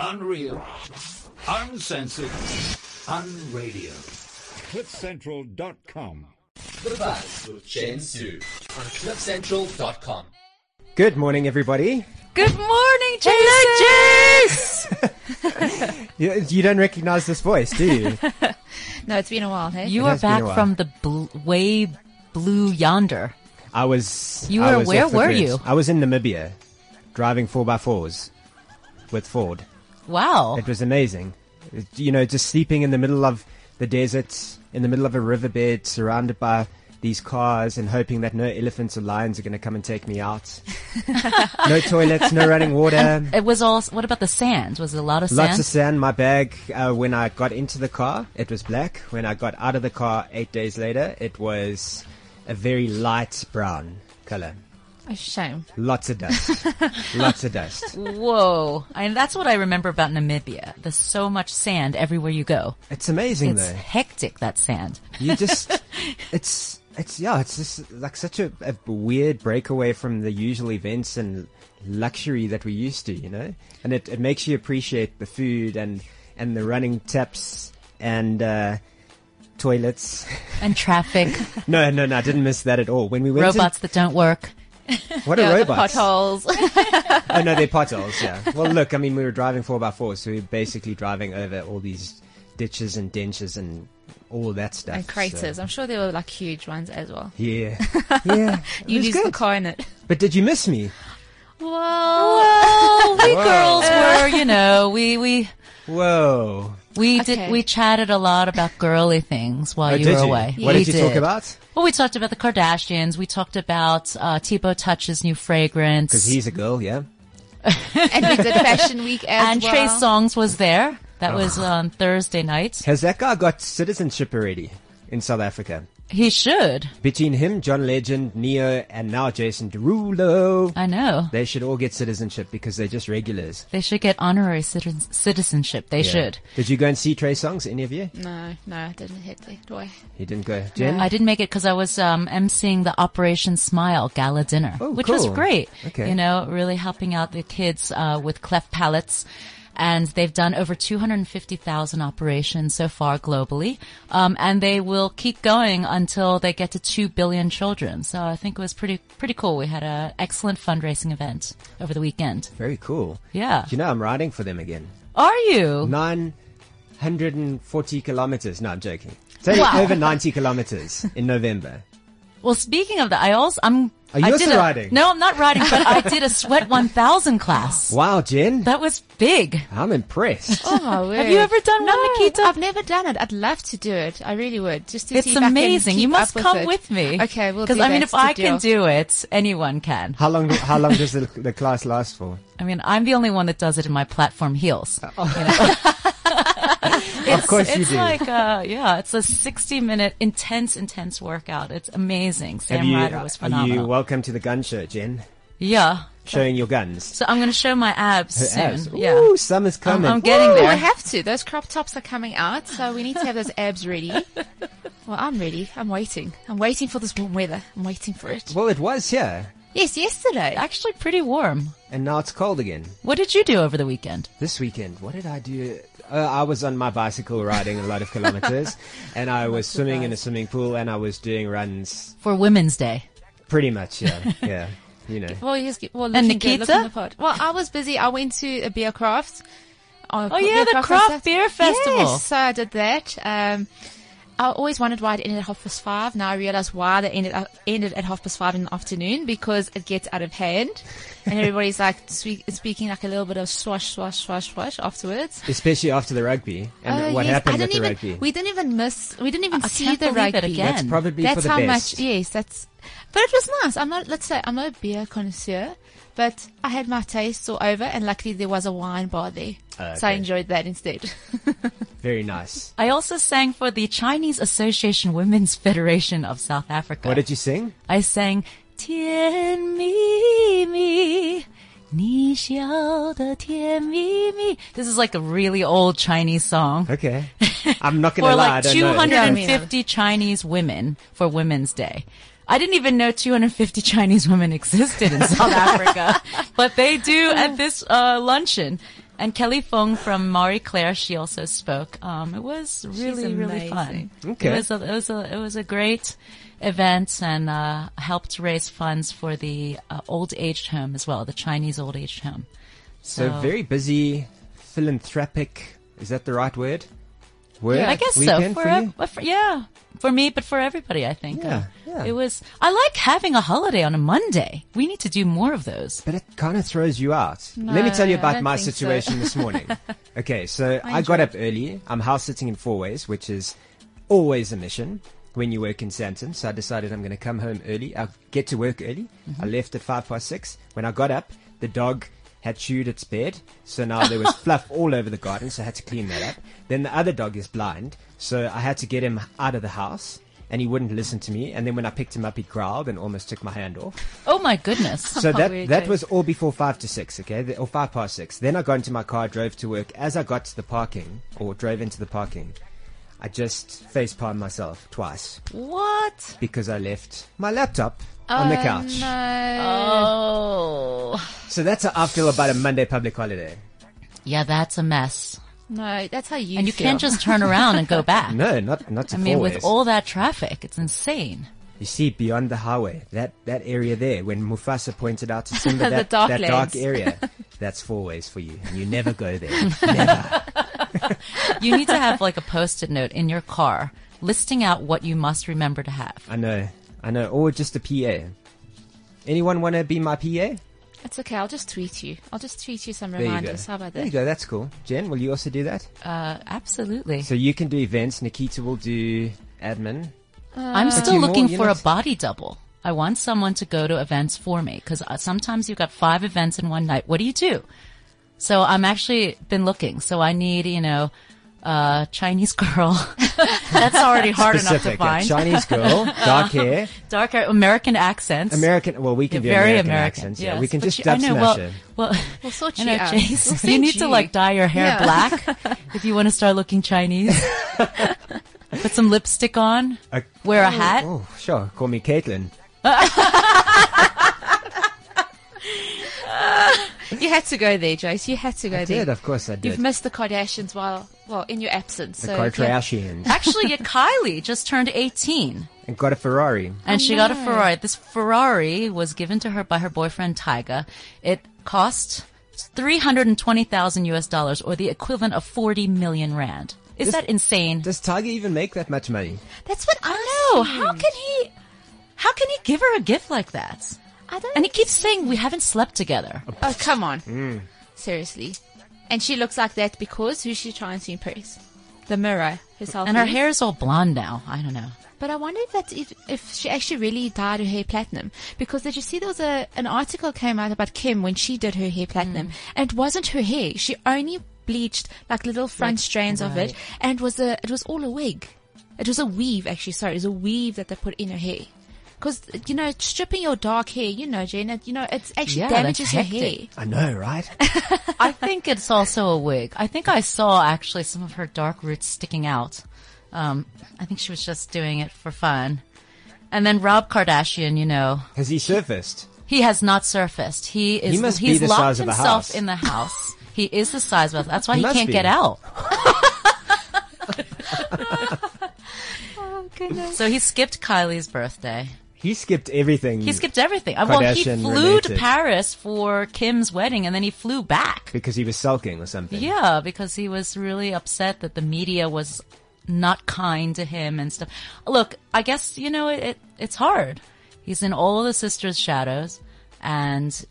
Unreal. Uncensored. Unradio. CliffCentral.com. The Buzz with Jen Su on CliffCentral.com. Good morning, everybody. Good morning, Jason. Hello, Jace. You, you don't recognize this voice, do you? no, it's been a while, hey? It You are has been a back while. from the bl- way blue yonder. I was. You I were- was where off the were grid. you? I was in Namibia, driving four x fours with Ford. Wow. It was amazing. It- you know, just sleeping in the middle of the desert, in the middle of a riverbed, surrounded by these cars, and hoping that no elephants or lions are going to come and take me out. no toilets, no running water. It was all. What about the sands? Was it a lot of Lots sand? of sand. My bag, uh, when I got into the car, it was black. When I got out of the car eight days later, it was a very light brown color. A shame. Lots of dust. Lots of dust. Whoa! And that's what I remember about Namibia. There's so much sand everywhere you go. It's amazing It's though. hectic that sand. You just, it's, it's, yeah, it's just like such a, a weird breakaway from the usual events and luxury that we're used to, you know? And it, it makes you appreciate the food and, and the running taps and, uh, toilets. And traffic, No, no, no, I didn't miss that at all. When we went robots that don't work. to what are robots? Potholes. Oh no, they're potholes. Yeah. Well, look, I mean, we were driving four by four, so we were basically driving over all these ditches and dentures and all that stuff. and craters. so- I'm sure there were like huge ones as well. Yeah, yeah. It You was lose the good. car in it. But did you miss me? Oh, Well, We girls were, you know, we we Whoa. we Okay. did we chatted a lot about girly things while Oh, you did were you? away. What We did you talk about? Well, we talked about the Kardashians. We talked about uh, Tebow Touch's new fragrance. Because he's a girl. Yeah. and we did Fashion Week as and well. Trey Songs was there. That was on Thursday night. Has that guy got citizenship already in South Africa? He should. Between him, John Legend, Neo, and now Jason Derulo, I know. they should all get citizenship because they're just regulars. They should get honorary citizen- citizenship. They Yeah. should. Did you go and see Trey Songs? Any of you? No, no, I didn't hit the door. He didn't go. Jen? I didn't make it because I was um, emceeing the Operation Smile gala dinner, Oh, which was cool. great. Okay. You know, really helping out the kids uh, with cleft palates. And they've done over 250,000 operations so far globally. Um, and they will keep going until they get to 2 billion children. So I think it was pretty, pretty cool. We had an excellent fundraising event over the weekend. Very cool. Yeah. Do you know I'm riding for them again? Are you? 940 kilometers. No, I'm joking. It's only Wow. over 90 kilometers in November. Well, speaking of the aisles, I'm. Are you I also did a- riding? No, I'm not riding, but I did a Sweat 1000 class. Wow, Jen. That was big. I'm impressed. Oh my word! Have you ever done one, Nikita? I've never done it. I'd love to do it. I really would. Just to see It's if I can amazing. You keep must up with come it. with me. Okay, we'll do Because I mean, that. if It's a I can deal. do it, anyone can. How long, how long does the, the class last for? I mean, I'm the only one that does it in my platform heels. of course you it's do. like, uh, yeah, it's a 60 minute intense, intense workout. It's amazing. Have Sam you, Ryder was are you uh, phenomenal. welcome to the gun show, Jen? yeah. Showing your guns. So I'm going to show my abs soon. Abs. Yeah. Ooh, summer's I'm, coming. I'm getting Ooh, there. I have to. Those crop tops are coming out, so we need to have those abs ready. Well, I'm ready. I'm waiting. I'm waiting for this warm weather. I'm waiting for it. well, it was here, Yes, yesterday. Actually, pretty warm. and now it's cold again. What did you do over the weekend? This weekend, what did I do? Uh, I was on my bicycle riding a lot of kilometers, and I was swimming in a swimming pool, and I was doing runs For Women's Day. Pretty much, yeah, yeah. You know, Well, yes. Well, And looking good, Nikita? looking the part. Well, I was busy. I went to a beer craft. Oh, yeah, the on craft Sat- beer festival. Yes, so I did that. Um, I always wondered why it ended at half past five. Now I realize why they ended up, ended at half past five in the afternoon because it gets out of hand, and everybody's like spe- speaking like a little bit of swash, swash, swash, swash afterwards. especially after the rugby and Oh, what yes. happened I at didn't the even, rugby. We didn't even miss. We didn't even I see can't the believe rugby. it again. That's probably for That's the how best. much. Yes, that's. But it was nice. I'm not. Let's say I'm not a beer connoisseur, but I had my taste all over, and luckily there was a wine bar there, Ah, so I okay. enjoyed that instead. Very nice. I also sang for the Chinese Association Women's Federation of South Africa. What did you sing? I sang Tian Mi Mi. Ni xiao de tian mi mi. This is like a really old Chinese song. Okay, I'm not gonna For lie. like I don't know. 250 Chinese women for Women's Day. I didn't even know 250 Chinese women existed in South Africa, but they do at this uh, luncheon. And Kelly Fung from Marie Claire, she also spoke. Um, it was really, really fun. Okay. It was a, it was a, it was a great event and, uh, helped raise funds for the uh, old aged home as well, the Chinese old aged home. So Oh. very busy, philanthropic. Is that the right word? Word. I guess so. Weekend For, for ev- you? uh, for- yeah, for me, but for everybody, I think. Yeah, Uh, yeah. It was. I like having a holiday on a Monday. We need to do more of those. But it kind of throws you out. Let me No, tell you I about don't my think so. situation this morning. Okay, so I, got up early. I'm house sitting in four ways, which is always a mission when you work in Santon. So I decided I'm going to come home early. I'll get to work early. Mm-hmm. I left at five past six. When I got up, the dog had chewed its bed. So now there was fluff all over the garden. So I had to clean that up. Then the other dog is blind. So I had to get him out of the house. And he wouldn't listen to me. And then when I picked him up, he growled and almost took my hand off Oh my goodness. so that weird that joke. was all before five to six, okay, The- or five past six. Then I got into my car, drove to work. As I got to the parking, or drove into the parking, I just face palmed myself twice what? because I left my laptop on the Oh, couch. Oh. So that's how I feel about a Monday public holiday. Yeah, that's a mess. No, that's how you And you feel. can't just turn around and go back. No, not not to I mean, always. with all that traffic, it's insane. you see beyond the highway, that that area there, when Mufasa pointed out to Simba The that, dark that dark lanes. area, that's four ways for you. And you never go there. You need to have like a post-it note in your car listing out what you must remember to have. I know, I know. Or just a PA. Anyone want to be my PA? It's okay. I'll just tweet you. I'll just tweet you some There you reminders. How go. about There you that? go. That's cool. Jen, will you also do that? Uh, absolutely. So you can do events. Nikita will do admin. I'm still you looking know, you for know, a body double. I want someone to go to events for me because sometimes you've got five events in one night. What do you do? So I'm actually been looking. So I need, you know, uh, Chinese girl. That's already hard enough to Specific. yeah. find. Chinese girl, dark hair, Dark hair, American accents. American. Well, we Yeah, can do very American, American. accents. Yeah, yes. we can But just you- dub I know, smash well, it. Well, We'll sort you you know, out. We'll Jason, you send need to you. like dye your hair Yeah. black if you want to start looking Chinese. Put some lipstick on. Uh, Wear a hat. Oh, sure. Call me Caitlin. You had to go there, Jace. You had to go I there. did, of course I did. You've missed the Kardashians while well in your absence. the so car yeah. Kardashians Actually, yeah, Kylie just turned 18. and got a Ferrari. and she got a Ferrari. This Ferrari was given to her by her boyfriend Tyga. It cost 320,000 US dollars or the equivalent of 40 million rand. Is that insane? Does Tiger even make that much money? That's what I know. How can he How can he give her a gift like that? I don't. And he keeps saying we haven't slept together. oh come on. Seriously. And she looks like that because who's she trying to impress? The mirror herself. And her hair is all blonde now. I don't know. But I wonder if that's if, if she actually really dyed her hair platinum. Because did you see there was a an article came out about Kim when she did her hair platinum, and it wasn't her hair. She only bleached like little front strands of it, right. and it was a it was all a wig. It was a weave actually. Sorry, it was a weave that they put in her hair. Because you know, stripping your dark hair, you know, Janet, you know, it's actually Yeah, that's damages your hair. hectic. I know, right? I think it's also a wig. I think I saw actually some of her dark roots sticking out. Um, I think she was just doing it for fun. And then Rob Kardashian, you know, Has he surfaced? He has not surfaced. He is. He must be he's the locked size of a himself house. in the house. he is the size of. a- That's why He he, must can't be. get out. Oh goodness. So he skipped Kylie's birthday. He skipped everything. He skipped everything. Uh, well, he Kardashian flew to related. Paris for Kim's wedding, and then he flew back. because he was sulking or something. Yeah, because he was really upset that the media was not kind to him and stuff. Look, I guess you know it. it it's hard. He's in all the sisters' shadows, and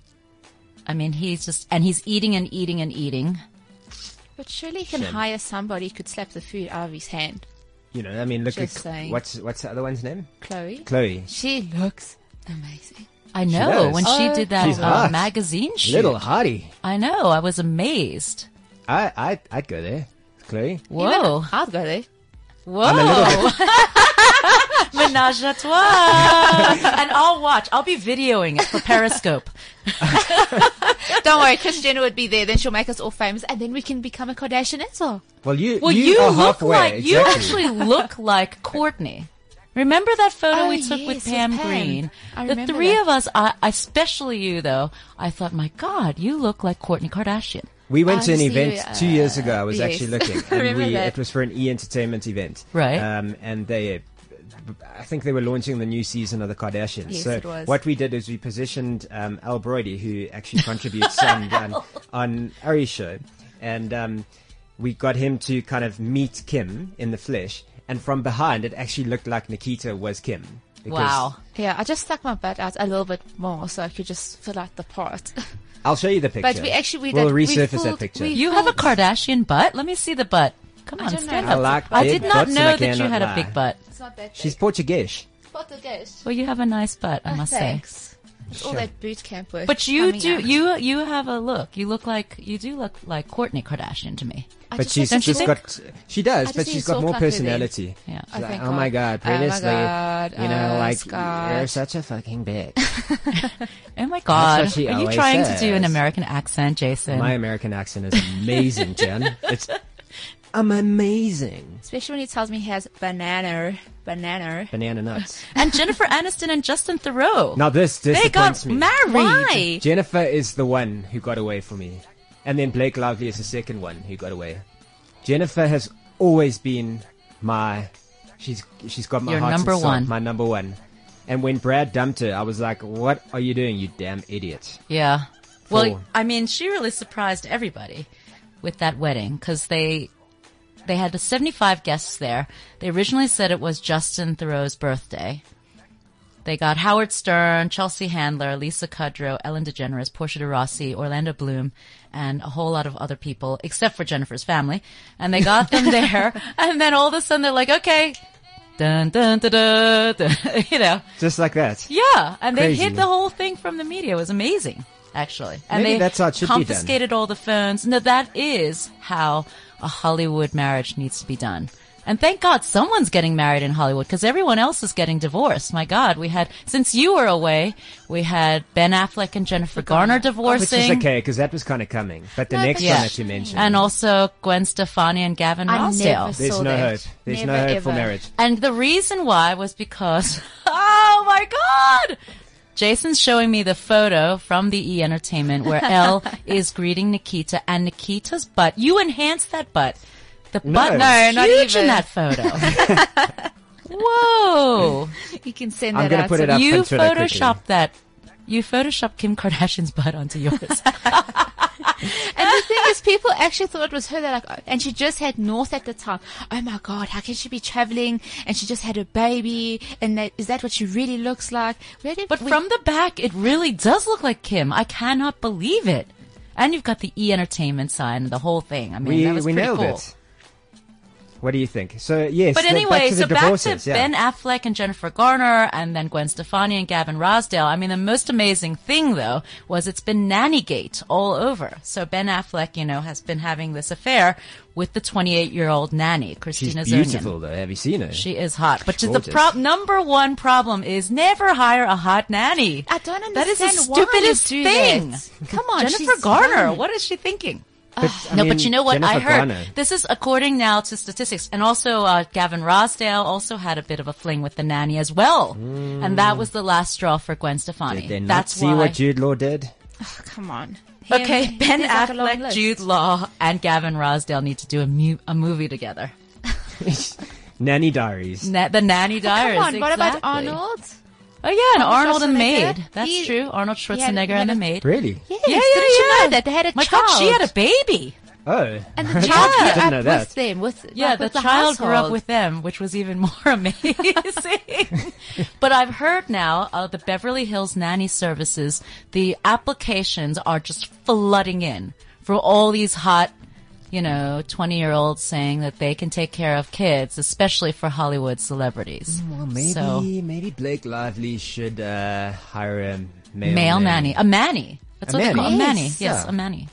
I mean, he's just and he's eating and eating and eating. But surely you can Shame. hire somebody who could slap the food out of his hand. You know, I mean, look Just at saying. what's what's the other one's name? Chloe. Chloe. She looks amazing. I does. know when she Oh, did that She's uh, hot. magazine shoot. Little Hardy. I know. I was amazed. I, I, I'd go there. Chloe. Whoa, I'll go there. whoa! I'm a little bit. Menage a trois, and I'll watch. I'll be videoing it for Periscope. Don't worry, Chris Jenner would be there. Then she'll make us all famous, and then we can become a Kardashian as well. Well, you, Well, you, you, are look halfway. like exactly. you actually look like Courtney. Remember that photo Oh, we took yes, with with Pam Pam. Green? I the remember three that. of us, I, especially you though, I thought, my God, you look like Courtney Kardashian. We went Oh, to an I see, event uh, two years ago. I was yes. actually looking, I and remember we, that. it was for an E Entertainment event, Right. Um, and they, I think they were launching the new season of the Kardashians. Yes, so it was. what we did is we positioned um, Al Brody, who actually contributes on Oh. on, on Ari's show, and um, we got him to kind of meet Kim in the flesh, and from behind it actually looked like Nikita was Kim. because Wow. Yeah, I just stuck my butt out a little bit more so I could just fill out the part. I'll show you the picture. But we actually we will did- we resurface that fooled- picture. we- You have a Kardashian butt? Let me see the butt. Come I on, don't know. stand I up. like I big did not butts and I know that you cannot had lie. a big butt. it's not that She's Portuguese. Portuguese. Well, you have a nice butt, I must say. It's all that boot camp work. But you Oh, coming do out. you you have a look. You look like you do look like Courtney Kardashian to me. I but just she's like you just to think- got she does, I but just she's think got it's more all covered in. personality. Yeah. She's like, thank oh my god, God. Oh my previously, God. you know, Oh, like Scott. you're such a fucking bitch. Oh my god. what she Are you always trying to do an says. American accent, Jason? my American accent is amazing, Jen. It's I'm amazing. especially when he tells me he has banana, banana. Banana nuts. and Jennifer Aniston and Justin Thoreau. Now this they disappoints got me. married. Why? Jennifer is the one who got away from me, and then Blake Lively is the second one who got away. Jennifer has always been my. She's she's got my Your heart number inside, one. my number one. And when Brad dumped her, I was like, "What are you doing, you damn idiot?" Yeah. Well, Four. I mean, she really surprised everybody with that wedding because they they had 75 guests there. They originally said it was Justin Thoreau's birthday. They got Howard Stern, Chelsea Handler, Lisa Kudrow, Ellen DeGeneres, Portia de Rossi, Orlando Bloom, and a whole lot of other people, except for Jennifer's family. And they got them there. And then all of a sudden they're like, okay, dun, dun, dun, dun, dun, you know, Just like that. yeah, and Crazy. they hid the whole thing from the media. It was amazing, actually. And Maybe they that's how it should be done. confiscated all the phones. No, that is how a Hollywood marriage needs to be done. And thank God someone's getting married in Hollywood because everyone else is getting divorced. My God, we had since you were away, we had Ben Affleck and Jennifer Garner Which Oh, is divorcing, okay because that was kind of coming. But the No, next but- one Yeah. that you mentioned, and also Gwen Stefani and Gavin I Rossdale. never there's saw no that. hope. There's no Never, hope for ever. marriage. And the reason why was because, oh my god! Jason's showing me the photo from the E Entertainment where Elle is greeting Nikita and Nikita's butt. You enhanced that butt. The butt was No, not huge in even. that photo. Whoa! You can send I'm that gonna out. put to it up you on Twitter quickly. photoshopped that. You photoshopped Kim Kardashian's butt onto yours. And the thing is, people actually thought it was her. They're like, oh, and she just had North at the time. Oh my God, how can she be traveling? And she just had her baby. And that, is that what she really looks like? We had- But we- from the back, it really does look like Kim. I cannot believe it. And you've got the E Entertainment sign and the whole thing. I mean, we that was we pretty nailed cool. it. What do you think? So yes, But the- back anyway, to so the back to divorces, yeah. Ben Affleck and Jennifer Garner and then Gwen Stefani and Gavin Rosdale. I mean, the most amazing thing though was it's been Nannygate all over. So Ben Affleck, you know, has been having this affair with the 28 year old nanny, She's Christina beautiful, Zernian. though. Have you seen her? She is hot, but the gorgeous. pro- number one problem is never hire a hot nanny. I don't understand. That is the why you stupidest do thing. that. Come on, Jennifer she's Garner, young. what is she thinking? But, I ah, no, mean, but you know what? I Jennifer heard Garner. this is according now to statistics, and also uh, Gavin Rosdale also had a bit of a fling with the nanny as well, and that was the last straw for Gwen Mm. Stefani. Did they not That's see why. what Jude Law did? Oh, come on. okay, Him- Ben there's like a long Affleck, list. Jude Law, and Gavin Rosdale need to do a, mu- a movie together. Nanny Diaries. Na- the Nanny Oh, Come on, Diaries. what about exactly. Arnold? Oh yeah, and Arnold Arnold and Schwarzenegger? Maid. That's He- true. Arnold had- he Schwarzenegger had and a- the Maid. Really? Yes, Yeah, yeah, didn't you yeah. know that they had a My child? God, she had a baby. Oh. and the child Yeah. grew Didn't know up that. with them. With like, Yeah, the, with child grew up household. with them, which was even more amazing. but I've heard now uh, the Beverly Hills nanny services, the applications are just flooding in for all these hot, you know, 20 year olds saying that they can take care of kids, especially for Hollywood celebrities. Well, maybe So, maybe Blake Lively should uh, hire a male, male nanny. A manny. That's A what they manny. call a manny. Yes. Yes, Yeah. a manny.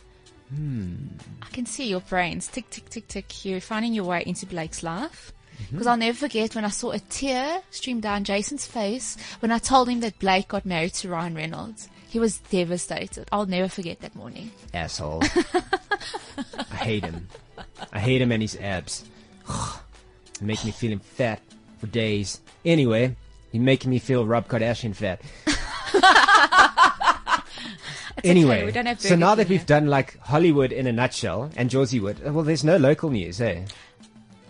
I can see your brains tick, tick, tick, tick. You're finding your way into Blake's life. Because I'll never forget when I saw a tear stream down Jason's face when I told him that Blake got married to Ryan Reynolds. He was devastated. I'll never forget that morning. asshole. I hate him. I hate him and his abs. Make me feeling fat for days. Anyway, he's making me feel Rob Kardashian fat. It's Anyway, okay, we don't have so Burger now King that we've here. done like Hollywood in a nutshell and Jersey Wood, uh, well, there's no local news, eh?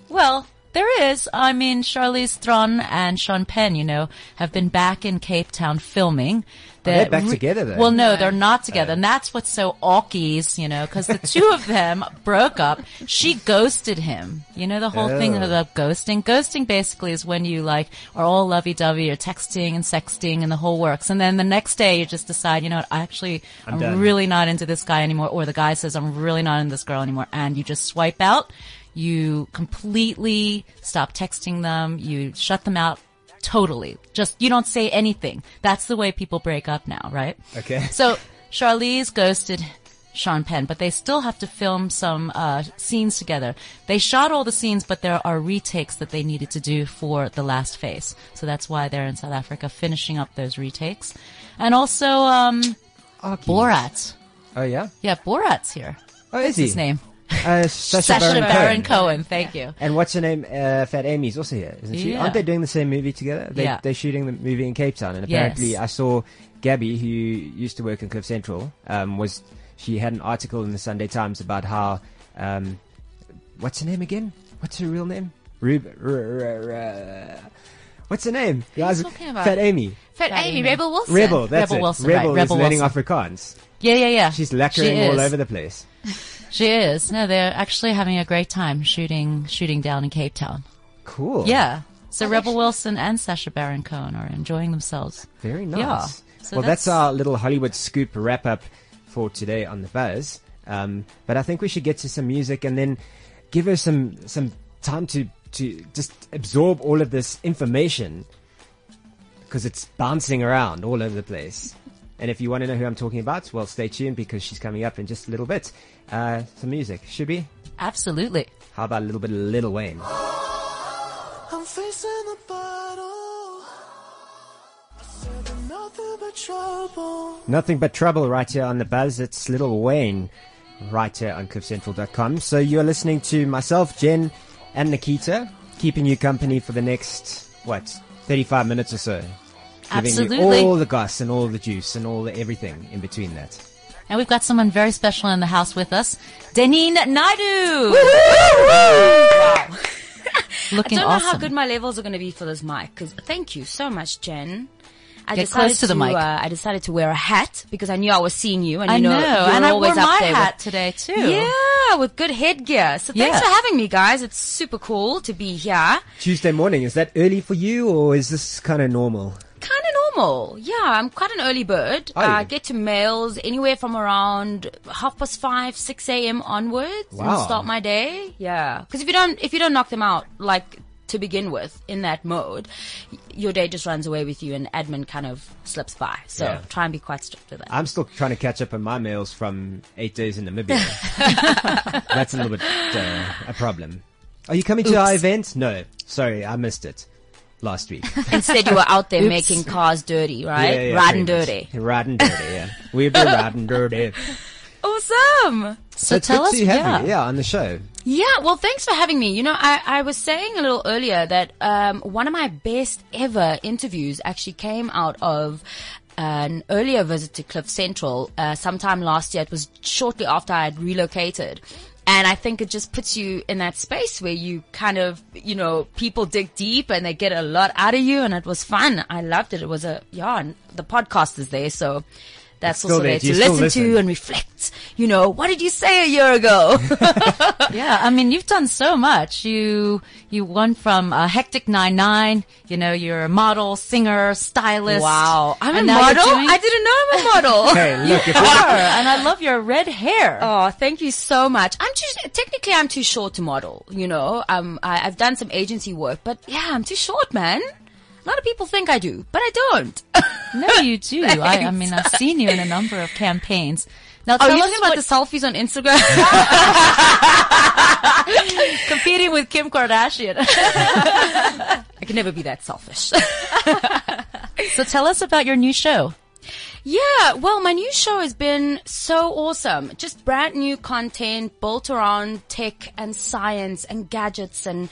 Well, there is. I mean, Charlize Theron and Sean Penn, you know, have been back in Cape Town filming. they back together then? Well, no, they're not together. and that's what's so awkies, you know, because the two of them broke up. She ghosted him. You know, the whole thing Oh. about ghosting. Ghosting basically is when you like are all lovey-dovey, you're texting and sexting and the whole works. And then the next day you just decide, you know what, I actually, I'm, done. really not into this guy anymore. Or the guy says, I'm really not into this girl anymore. And you just swipe out. You completely stop texting them. You shut them out totally. Just, you don't say anything. That's the way people break up now, right? Okay. So Charlize ghosted Sean Penn, but they still have to film some uh, scenes together. They shot all the scenes, but there are retakes that they needed to do for the last phase. So that's why they're in South Africa finishing up those retakes. And also um, Borat. Oh yeah. Yeah, Borat's here. Oh, is he? His name. Uh, Sacha, Sacha Baron, Baron, Cohen. Cohen. Thank you. And what's her name? Uh, Fat Amy's also here, isn't she? Yeah. Aren't they doing the same movie together? They, Yeah. They're shooting the movie in Cape Town, and apparently, Yes. I saw Gabby, who used to work in Cliff Central, um, was she had an article in the Sunday Times about how um, what's her name again? What's her real name? Rub- r- r- r- what's her name? Guys, talking about? Fat Amy. Fat Amy, Rebel Wilson. Rebel, that's Rebel it. Wilson, Rebel right, is Rebel learning Afrikaans. Yeah, yeah, yeah. She's She lacquering all is. over the place. She is. No, they're actually having a great time shooting shooting down in Cape Town. Cool. Yeah. Oh, So Rebel Wilson and Sasha Baron Cohen are enjoying themselves. Very Yeah. nice. So well, that's... that's- our little Hollywood scoop wrap up for today on the Buzz. Um, but I think we should get to some music and then give her some some time to to just absorb all of this information because it's bouncing around all over the place. And if you want to know who I'm talking about, well, stay tuned because she's coming up in just a little bit. Uh, some music, should be. Absolutely. How about a little bit of Little Wayne? I'm facing a battle. I said I'm nothing but trouble. Nothing but trouble right here on the buzz. It's Little Wayne right here on CliffCentral.com. So you're listening to myself, Jen, and Nikita, keeping you company for the next, what, 35 minutes or so. Giving Absolutely. you all the goss and all the juice and all the everything in between that. And we've got someone very special in the house with us, Deneen Naidu. Looking I don't know awesome. how good my levels are going to be for this mic. Because thank you so much, Jen. I Get decided close to the mic. Uh, I decided to wear a hat because I knew I was seeing you, and I you know, know, you're and I wore always up my there hat with- today too. Yeah, with good headgear. So thanks Yeah. for having me, guys. It's super cool to be here. Tuesday morning, is that early for you or is this kind of normal? Kind of normal. Yeah, I'm quite an early bird. Are you? I get to mails anywhere from around half past five, six a.m. onwards, and Wow. start my day. Yeah, because if you don't, if you don't knock them out, like to begin with, in that mode, y- your day just runs away with you, and admin kind of slips by. So Yeah. try and be quite strict with that. I'm still trying to catch up on my mails from eight days in Namibia. That's a little bit uh, a problem. Are you coming to our event? No, sorry, I missed it last week. Instead, you were out there making cars dirty, right? Yeah, yeah, Riding pretty much. dirty. Riding dirty, yeah. We've been riding dirty. Awesome. So It's tell good us, to have yeah. you, yeah, on the show. Yeah, well, thanks for having me. You know, I, I was saying a little earlier that um, one of my best ever interviews actually came out of an earlier visit to Cliff Central uh, sometime last year. It was shortly after I had relocated. And I think it just puts you in that space where you kind of, you know, people dig deep and they get a lot out of you. And it was fun. I loved it. It was a, yeah, and the podcast is there. So that's still also there. there You to still listen, listen. to and reflect. You know, what did you say a year ago? Yeah, I mean, you've done so much. You you won from uh, Hectic Nine Nine. You know, you're a model, singer, stylist. Wow. I'm And a now you're model? doing- I didn't know I'm a model. Hey, look, if Sure, and I love your red hair. Oh, thank you so much. I'm too, technically I'm too short to model, you know. Um, I, I've done some agency work, but yeah, I'm too short, man. A lot of people think I do, but I don't. No, you do. I, I mean, I've seen you in a number of campaigns. Now Oh, tell us you talking about what the selfies on Instagram? competing with Kim Kardashian. I can never be that selfish. so tell us about your new show. Yeah, well, my new show has been so awesome. Just brand new content built around tech and science and gadgets and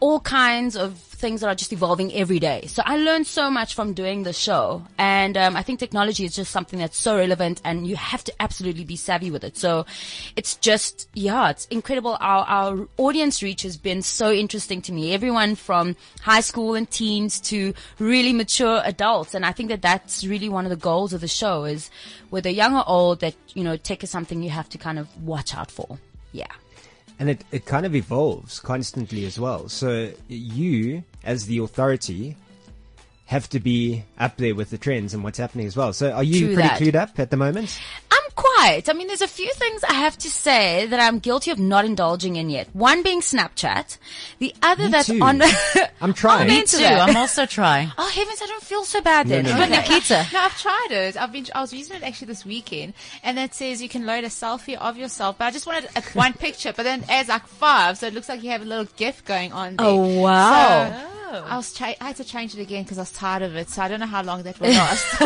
all kinds of things that are just evolving every day. So I learned so much from doing the show. And um, I think technology is just something that's so relevant and you have to absolutely be savvy with it. So it's just, yeah, it's incredible. Our, our audience reach has been so interesting to me. Everyone from high school and teens to really mature adults. And I think that that's really one of the goals of the show is whether young or old that, you know, tech is something you have to kind of watch out for. Yeah. And it, it kind of evolves constantly as well. So you, as the authority, have to be up there with the trends and what's happening as well. So are you True pretty that. clued up at the moment? I'm quite. I mean, there's a few things I have to say that I'm guilty of not indulging in yet. One being Snapchat. The other Me that's too. on. I'm trying. Me Me into too. that. I'm also trying. oh heavens, I don't feel so bad then. no, But Nikita. No, I've tried it. I've been. I was using it actually this weekend, and it says you can load a selfie of yourself. But I just wanted a, one picture, but then it adds like five, so it looks like you have a little GIF going on. There. Oh, wow. Oh. So, I was. Cha- I had to change it again because I was tired of it. So I don't know how long that will last.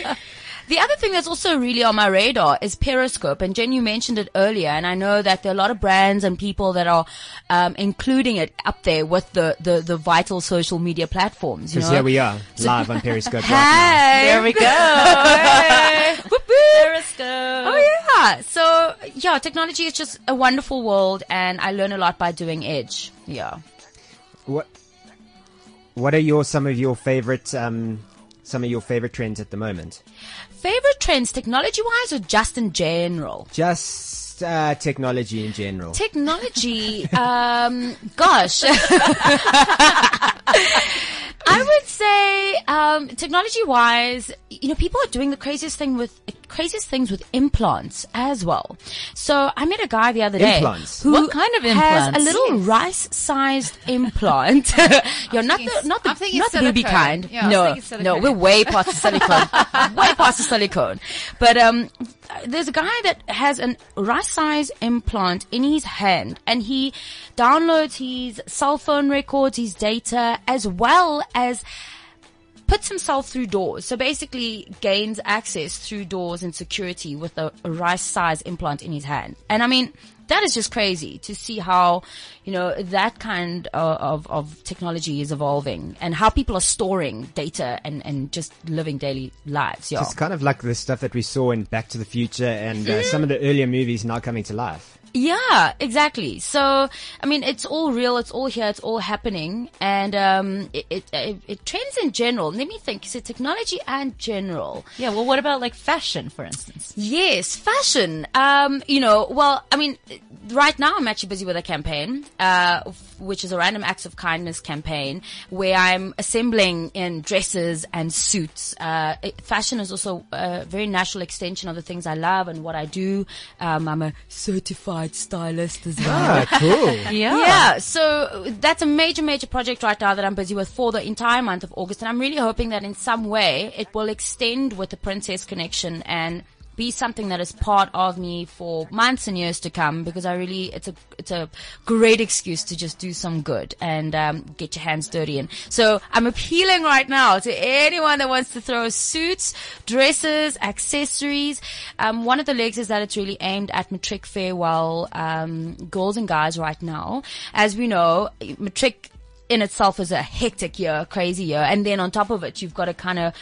We'll see. The other thing that's also really on my radar is Periscope, and Jen, you mentioned it earlier, and I know that there are a lot of brands and people that are um, including it up there with the, the, the vital social media platforms. You Because know? here we are, live on Periscope right now. Hey, There we go. Whoop, whoop. Oh yeah. So yeah, technology is just a wonderful world, and I learn a lot by doing Edge. Yeah. What What are your some of your favorite um some of your favorite trends at the moment? Favorite trends, technology wise, or just in general? Just uh, technology in general. Technology. um, gosh. I would say, um, technology-wise, you know, people are doing the craziest thing with craziest things with implants as well. So I met a guy the other day Implants? who What kind of has implants? a little rice-sized implant. You're not the it's- not the I'm thinking not the booby silicone. kind. Yeah, I was no, thinking no, silicone. we're way past the silicone, way past the silicone. But um, there's a guy that has an rice-sized implant in his hand, and he downloads his cell phone records, his data, as well as puts himself through doors. So basically gains access through doors and security with a rice size implant in his hand. And I mean, that is just crazy to see how, you know, that kind uh, of, of, of technology is evolving and how people are storing data and, and just living daily lives. Yeah. It's kind of like the stuff that we saw in Back to the Future and uh, some of the earlier movies now coming to life. Yeah, exactly. So, I mean, it's all real. It's all here. It's all happening. And, um, it, it, it, it trends in general. Let me think. So technology and general. Yeah. Well, what about like fashion, for instance? Yes, fashion. Um, you know, well, I mean, right now I'm actually busy with a campaign, uh, f- which is a random acts of kindness campaign where I'm assembling in dresses and suits. Uh, it- fashion is also a very natural extension of the things I love and what I do. Um, I'm a certified stylist as well. Ah, cool. Yeah, so that's a major, major project right now that I'm busy with for the entire month of August. And I'm really hoping that in some way it will extend with the Princess Connection and be something that is part of me for months and years to come because I really, it's a, it's a great excuse to just do some good and, um, get your hands dirty. And so I'm appealing right now to anyone that wants to throw suits, dresses, accessories. Um, one of the legs is that it's really aimed at matric farewell, um, girls and guys right now. As we know, matric in itself is a hectic year, a crazy year. And then on top of it, you've got to kind of,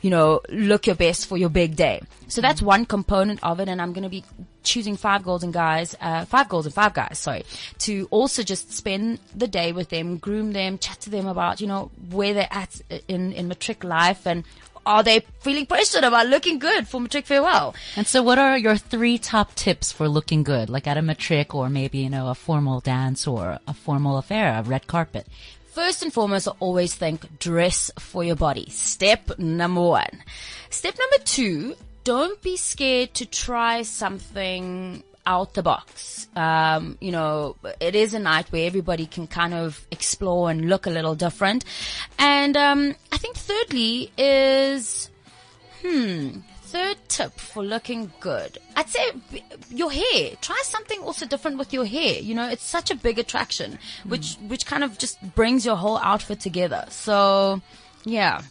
you know, look your best for your big day. So that's one component of it. And I'm going to be choosing five girls and guys, uh, five girls and five guys, sorry, to also just spend the day with them, groom them, chat to them about, you know, where they're at in, in matric life and are they feeling pressured about looking good for matric farewell? And so, what are your three top tips for looking good, like at a matric or maybe you know a formal dance or a formal affair, a red carpet? First and foremost, I always think dress for your body. Step number one. Step number two, don't be scared to try something out the box. Um, you know, it is a night where everybody can kind of explore and look a little different. And, um, I think thirdly is, Third tip for looking good. I'd say b- your hair. Try something also different with your hair. You know, it's such a big attraction, which, which kind of just brings your whole outfit together. So, yeah.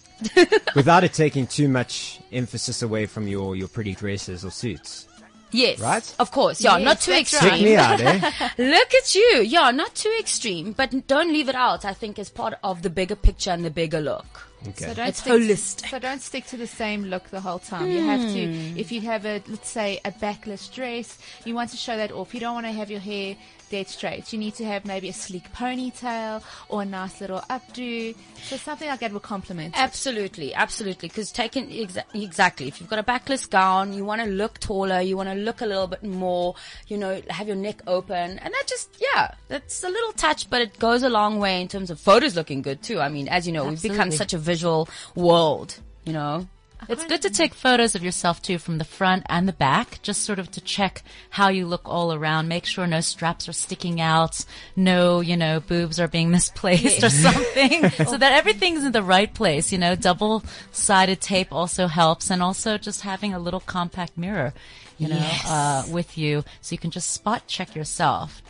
Without it taking too much emphasis away from your, your pretty dresses or suits. Yes. Right? Of course. Yeah, Yes, not too that's extreme. Check me out, eh? Look at you. Yeah, not too extreme, but don't leave it out, I think, as part of the bigger picture and the bigger look. So Okay. don't It's stick holistic. so don't stick to the same look the whole time. You have to, if you have a, let's say, a backless dress, you want to show that off. You don't want to have your hair dead straight. You need to have maybe a sleek ponytail or a nice little updo. So something like that will complement. it. Absolutely, absolutely. Because taking exa- exactly, if you've got a backless gown, you want to look taller, you want to look a little bit more, you know, have your neck open, and that just yeah, that's a little touch, but it goes a long way in terms of photos looking good too. I mean, as you know, we've become Absolutely. such a visual world, you know. It's good to take photos of yourself too from the front and the back, just sort of to check how you look all around. Make sure no straps are sticking out, no, you know, boobs are being misplaced or something, so that everything's in the right place. You know, double sided tape also helps, and also just having a little compact mirror, you know, uh, with you, so you can just spot check yourself.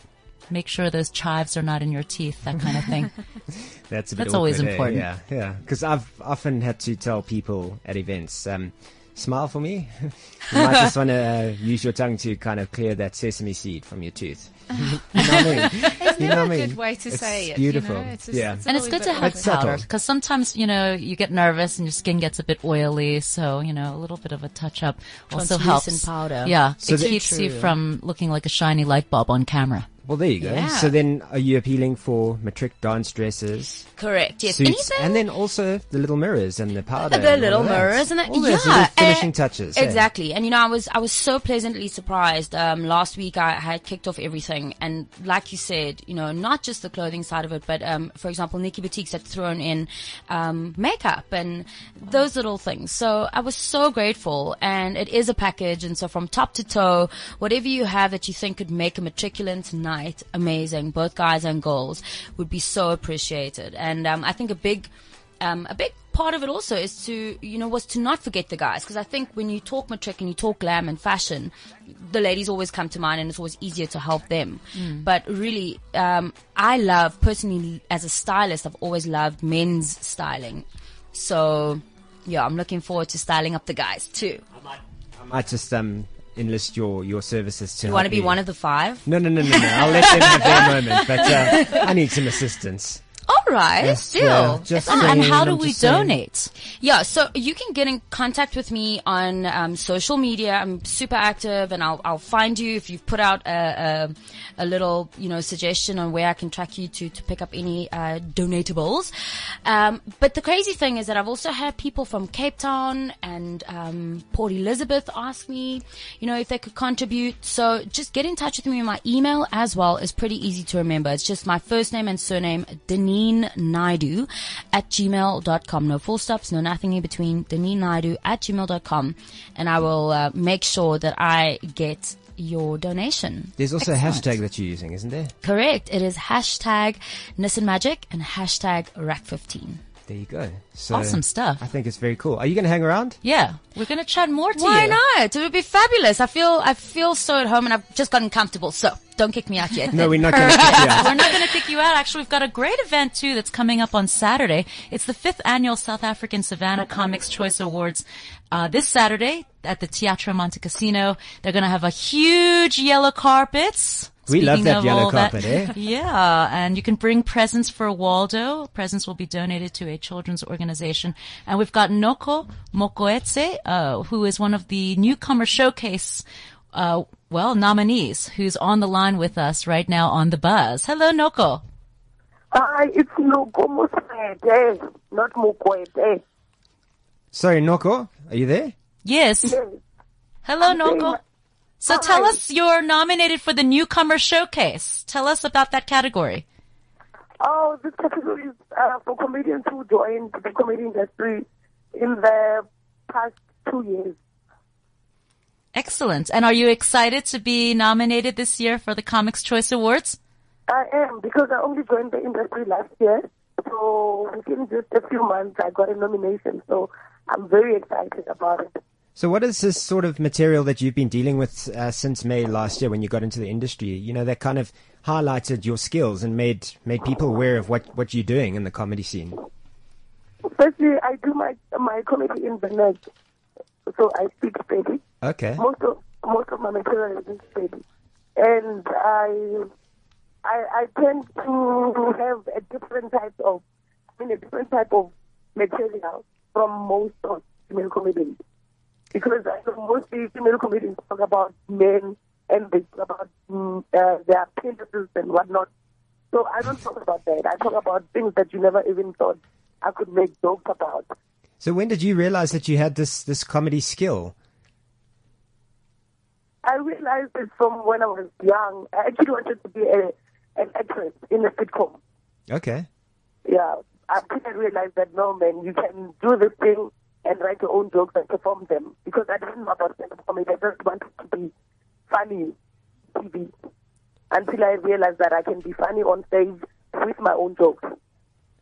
Make sure those chives are not in your teeth, that kind of thing. That's a bit That's always awkward, eh? important. Yeah, yeah. Because I've often had to tell people at events, um, smile for me. you might just want to uh, use your tongue to kind of clear that sesame seed from your tooth. you know what I mean? It's You never know a what I good mean? way to It's say it. beautiful. You know? it's Yeah. it's And it's always good to a bit have That's subtle. powder because sometimes you know you get nervous and your skin gets a bit oily, so you know a little bit of a touch up also helps. Translucent powder. yeah, So it the- keeps you True. from looking like a shiny light bulb on camera. Well, there you go. Yeah. So then, are you appealing for matric dance dresses, Correct. Yes. suits, Anything and then also the little mirrors and the powder? the and all little of that. mirrors and the, all yeah, those little finishing and- touches. eh? Exactly, and you know, I was I was so pleasantly surprised. Um, last week I had kicked off everything, and like you said, you know, not just the clothing side of it, but um, for example, Nikki Boutiques had thrown in um, makeup and those little things. So I was so grateful, and it is a package, and so from top to toe, whatever you have that you think could make a matriculant night amazing, both guys and girls, would be so appreciated. And um, I think a big um, a big part of it also is to you know was to not forget the guys because I think when you talk matric and you talk glam and fashion, the ladies always come to mind and it's always easier to help them. But really, um, I love personally as a stylist, I've always loved men's styling. So yeah, I'm looking forward to styling up the guys too. I might just um, enlist your your services to. You help want to be me. one of the five? No, no, no, no, no. I'll let them have their moment, but uh, I need some assistance. All right, Yes, still. yeah, just Ah, and saying, how do I'm we just saying. donate? Yeah, so you can get in contact with me on um, social media. I'm super active, and I'll I'll find you if you've put out a, a, a little you know suggestion on where I can track you to to pick up any uh, donatables. Um, but the crazy thing is that I've also had people from Cape Town and um, Port Elizabeth ask me, you know, if they could contribute. So just get in touch with me. My email as well is pretty easy to remember. It's just my first name and surname, Deneen Naidu at gmail.com. No full stops, no nothing in between. Deneen Naidu at gmail.com. And I will uh, make sure that I get your donation. There's also Excellent. a hashtag that you're using, isn't there? Correct. It is hashtag Nissan Magic and hashtag Rack15. There you go. So Awesome stuff. I think it's very cool. Are you going to hang around? Yeah, we're gonna chat more to Why you. not? It would be fabulous. I feel I feel so at home, and I've just gotten comfortable. So don't kick me out yet. No, we're not going to. Yeah. We're not going to kick you out. Actually, we've got a great event too that's coming up on Saturday. It's the fifth annual South African Savannah Comics Choice Awards uh, this Saturday at the Teatro Monte Casino. They're going to have a huge yellow carpet. We love Speaking that of yellow all carpet, eh? Yeah, and you can bring presents for Waldo. Presents will be donated to a children's organization. And we've got Noko Mokoetse, uh, who is one of the newcomer showcase, uh, well, nominees, who's on the line with us right now on the buzz. Hello, Noko. Hi, it's Lugo Day, not Mukwete. Sorry, Noko, are you there? Yes. Hello, Noko. So tell Hi. us you're nominated for the newcomer showcase. Tell us about that category. Oh, this category is uh, for comedians who joined the comedy industry in the past two years. Excellent. And are you excited to be nominated this year for the Comics Choice Awards? I am, because I only joined the industry last year. So within just a few months, I got a nomination. So I'm very excited about it. So, what is this sort of material that you've been dealing with uh, since May last year when you got into the industry? You know, that kind of highlighted your skills and made made people aware of what, what you're doing in the comedy scene. Firstly, I do my my comedy in the net. So I speak Spanish. Okay. Most of most of my material is in Sepedi. And I, I, I tend to have a different type of, I mean, a different type of material from most of female comedians. Because I know E mostly female comedians talk about men and they talk about mm, uh, their penises and whatnot. So I don't talk about that. I talk about things that you never even thought I could make jokes about. So when did you realize that you had this, this comedy skill? I realized it from when I was young. I actually wanted to be a, an actress in a sitcom. Okay. Yeah, I didn't realize that no man, you can do this thing and write your own jokes and perform them because I didn't know about stand-up comedy. I just wanted to be funny TV until I realized that I can be funny on stage with my own jokes.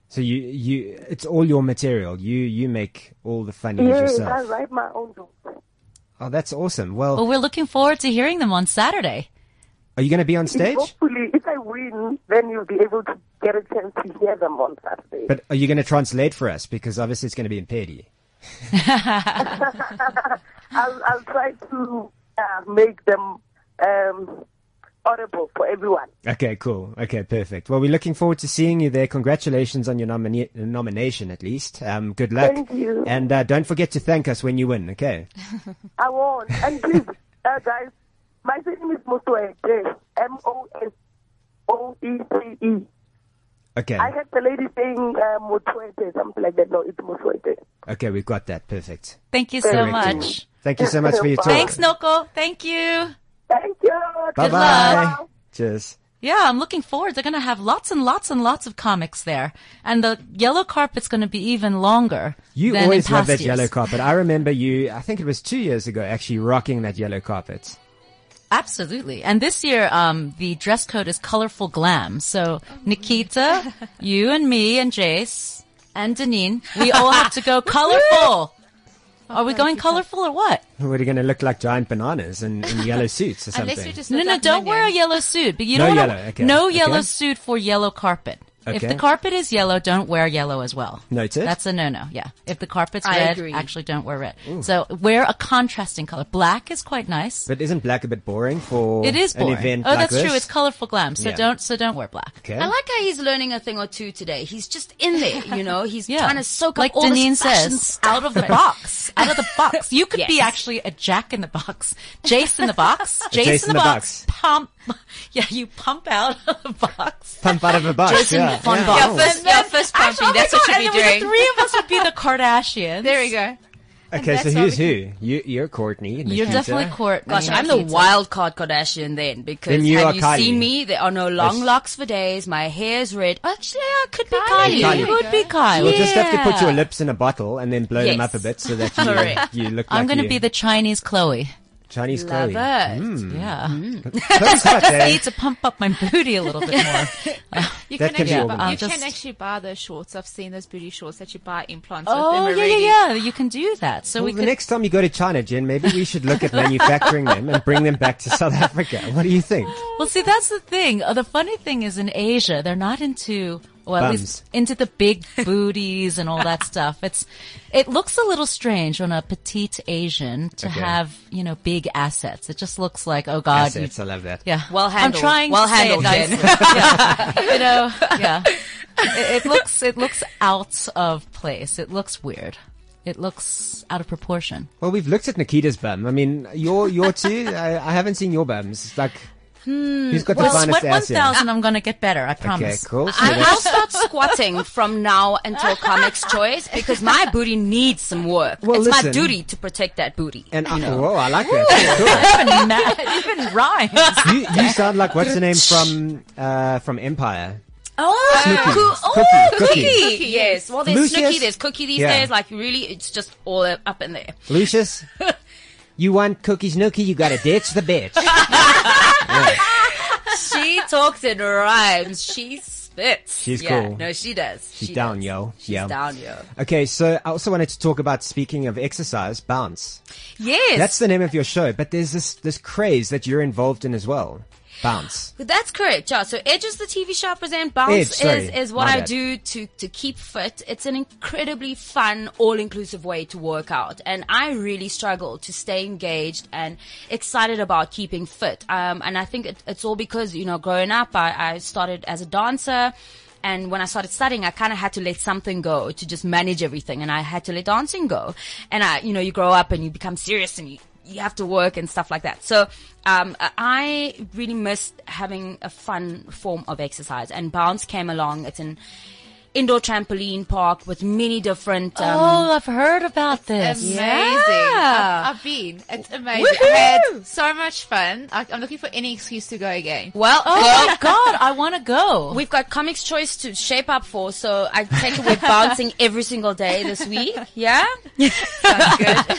So you you it's all your material. You you make all the funnies yes, I yourself. write my own jokes. Oh, that's awesome. Well, Well, we're looking forward to hearing them on Saturday. are you going to be on If stage? hopefully, if I win, then you'll be able to get a chance to hear them on Saturday. But are you going to translate for us? Because obviously it's going to be in Pedi. I'll, I'll try to uh, make them um, audible for everyone. Okay, cool. Okay, perfect. Well, we're looking forward to seeing you there. Congratulations on your nomina- nomination, at least. Um, good luck. Thank you. And uh, don't forget to thank us when you win, okay? I won't. And please, uh, guys, my name is Mosoe. M O S O E T E. Okay. I heard the lady saying uh, Mosoe, something like that. No, it's Mosoe. Okay, we've got that. Perfect. Thank you so Correct. much. Thank you so much for your time. Thanks, Noko. Thank you. Thank you. Bye bye. Cheers. Yeah, I'm looking forward. They're going to have lots and lots and lots of comics there. And the yellow carpet's going to be even longer. You than in always love past that years. yellow carpet. I remember you, I think it was two years ago, actually rocking that yellow carpet. Absolutely. And this year, um, the dress code is colorful glam. So Nikita, you and me and Jace and Deneen, we all have to go colorful. Are we going colorful or what? What are you going to look like giant bananas in, in yellow suits or something? Unless we just No, look no, like don't wear a minions. yellow suit. But you No don't wanna- yellow, okay. no Okay. yellow suit for yellow carpet. If Okay. the carpet is yellow, don't wear yellow as well. Noted. That's a no-no. Yeah. If the carpet's I red, agree. actually don't wear red. So wear a contrasting color. Black is quite nice. But isn't black a bit boring for it is boring. an event oh, like that's this? true. It's colorful glam. So Yeah. don't so don't wear black. Okay. I like how he's learning a thing or two today. He's just in there, you know. He's Yeah. trying to soak Like up all Deneen this fashion says, stuff. out of the box, out of the box. You could be Yes. actually a Jack in the box, Jace in the box, Jace, Jace in the, box. Pump, yeah, you pump out of the box. Pump out of a box. Jason yeah, von yeah. Bock. Oh. First, yeah, first pumping. That's Oh my what God, you'd be and then doing. The three of us would be the Kardashians. There we go. Okay, so that's why who's we who? You, you're Courtney. Nikita. You're definitely Courtney. Gosh, I'm the wild card Kardashian then because Then you are have you Kylie. seen me? There are no long Yes. locks for days. My hair's red. Actually, I could be Kylie. Kylie. Kylie. You would be Kylie. We'll just have to put your Yeah. lips in a bottle and then blow them Yes. up a bit so Correct. that you, you look like I'm going to you. be the Chinese Chloe. Chinese Love Chloe. it. Mm. Yeah. Mm-hmm. Close cut, eh? Need to pump up my booty a little bit more. That can You can, be actually, organized. buy, I'll you just- can actually buy those shorts. I've seen those booty shorts that you buy implants oh, with them yeah, already. yeah, yeah. You can do that. So Well, we the could next time you go to China, Jen, maybe we should look at manufacturing them and bring them back to South Africa. What do you think? Well, see, that's the thing. Uh, The funny thing is in Asia, they're not into, well, at Bums. least into the big booties and all that stuff. It's, it looks a little strange on a petite Asian to Okay. have, you know, big assets. It just looks like, oh God. you- Assets, I love that. yeah. Well handled. I'm trying Well to say it handled, nicely. Yeah. You know, yeah. It, it looks, it looks out of place. It looks weird. It looks out of proportion. Well, we've looked at Nikita's bum. I mean, your your two. I, I haven't seen your bums. It's Like, who's got the Hmm. Well, finest sweat ass here? 1000, I'm going to get better. I Okay, promise. cool. So I, that's- I'll start squatting from now until Comics Choice because my booty needs some work. Well, it's listen. my duty to protect that booty. and I, whoa, I like that. even, ma- even rhymes. Cool. You, you sound like what's the name from uh, from Empire? Oh, Snooki. coo- oh, Cookie, cookie. cookie. Yes. Well, there's Lucius. Snooki, there's Cookie these Yeah. days. Like, really, it's just all up in there. Lucius, you want cookies, nookie? You gotta ditch the bitch. She talks in rhymes. She spits. She's yeah. cool. No, she does. She's she down, does. yo. She's Yeah. down, yo. Okay, so I also wanted to talk about speaking of exercise, bounce. Yes. That's the name of your show, but there's this this craze that you're involved in as well. Bounce. That's correct. Yeah. So Edge is the TV show I present. Bounce Edge, is sorry. is what My I bad. do to to keep fit. It's an incredibly fun, all inclusive way to work out, and I really struggle to stay engaged and excited about keeping fit. Um, and I think it, it's all because you know, growing up, I, I started as a dancer. And when I started studying, I kind of had to let something go to just manage everything. And I had to let dancing go. And I, you know, you grow up and you become serious and you, you have to work and stuff like that. So um, I really missed having a fun form of exercise, and bounce came along. It's an indoor trampoline park with many different. Um, oh, I've heard about this. Amazing. Yeah. I've, I've been. It's amazing. I had so much fun. I, I'm looking for any excuse to go again. Well, Oh my god, I want to go. We've got comics choice to shape up for, so I take away bouncing every single day this week. Yeah, sounds good.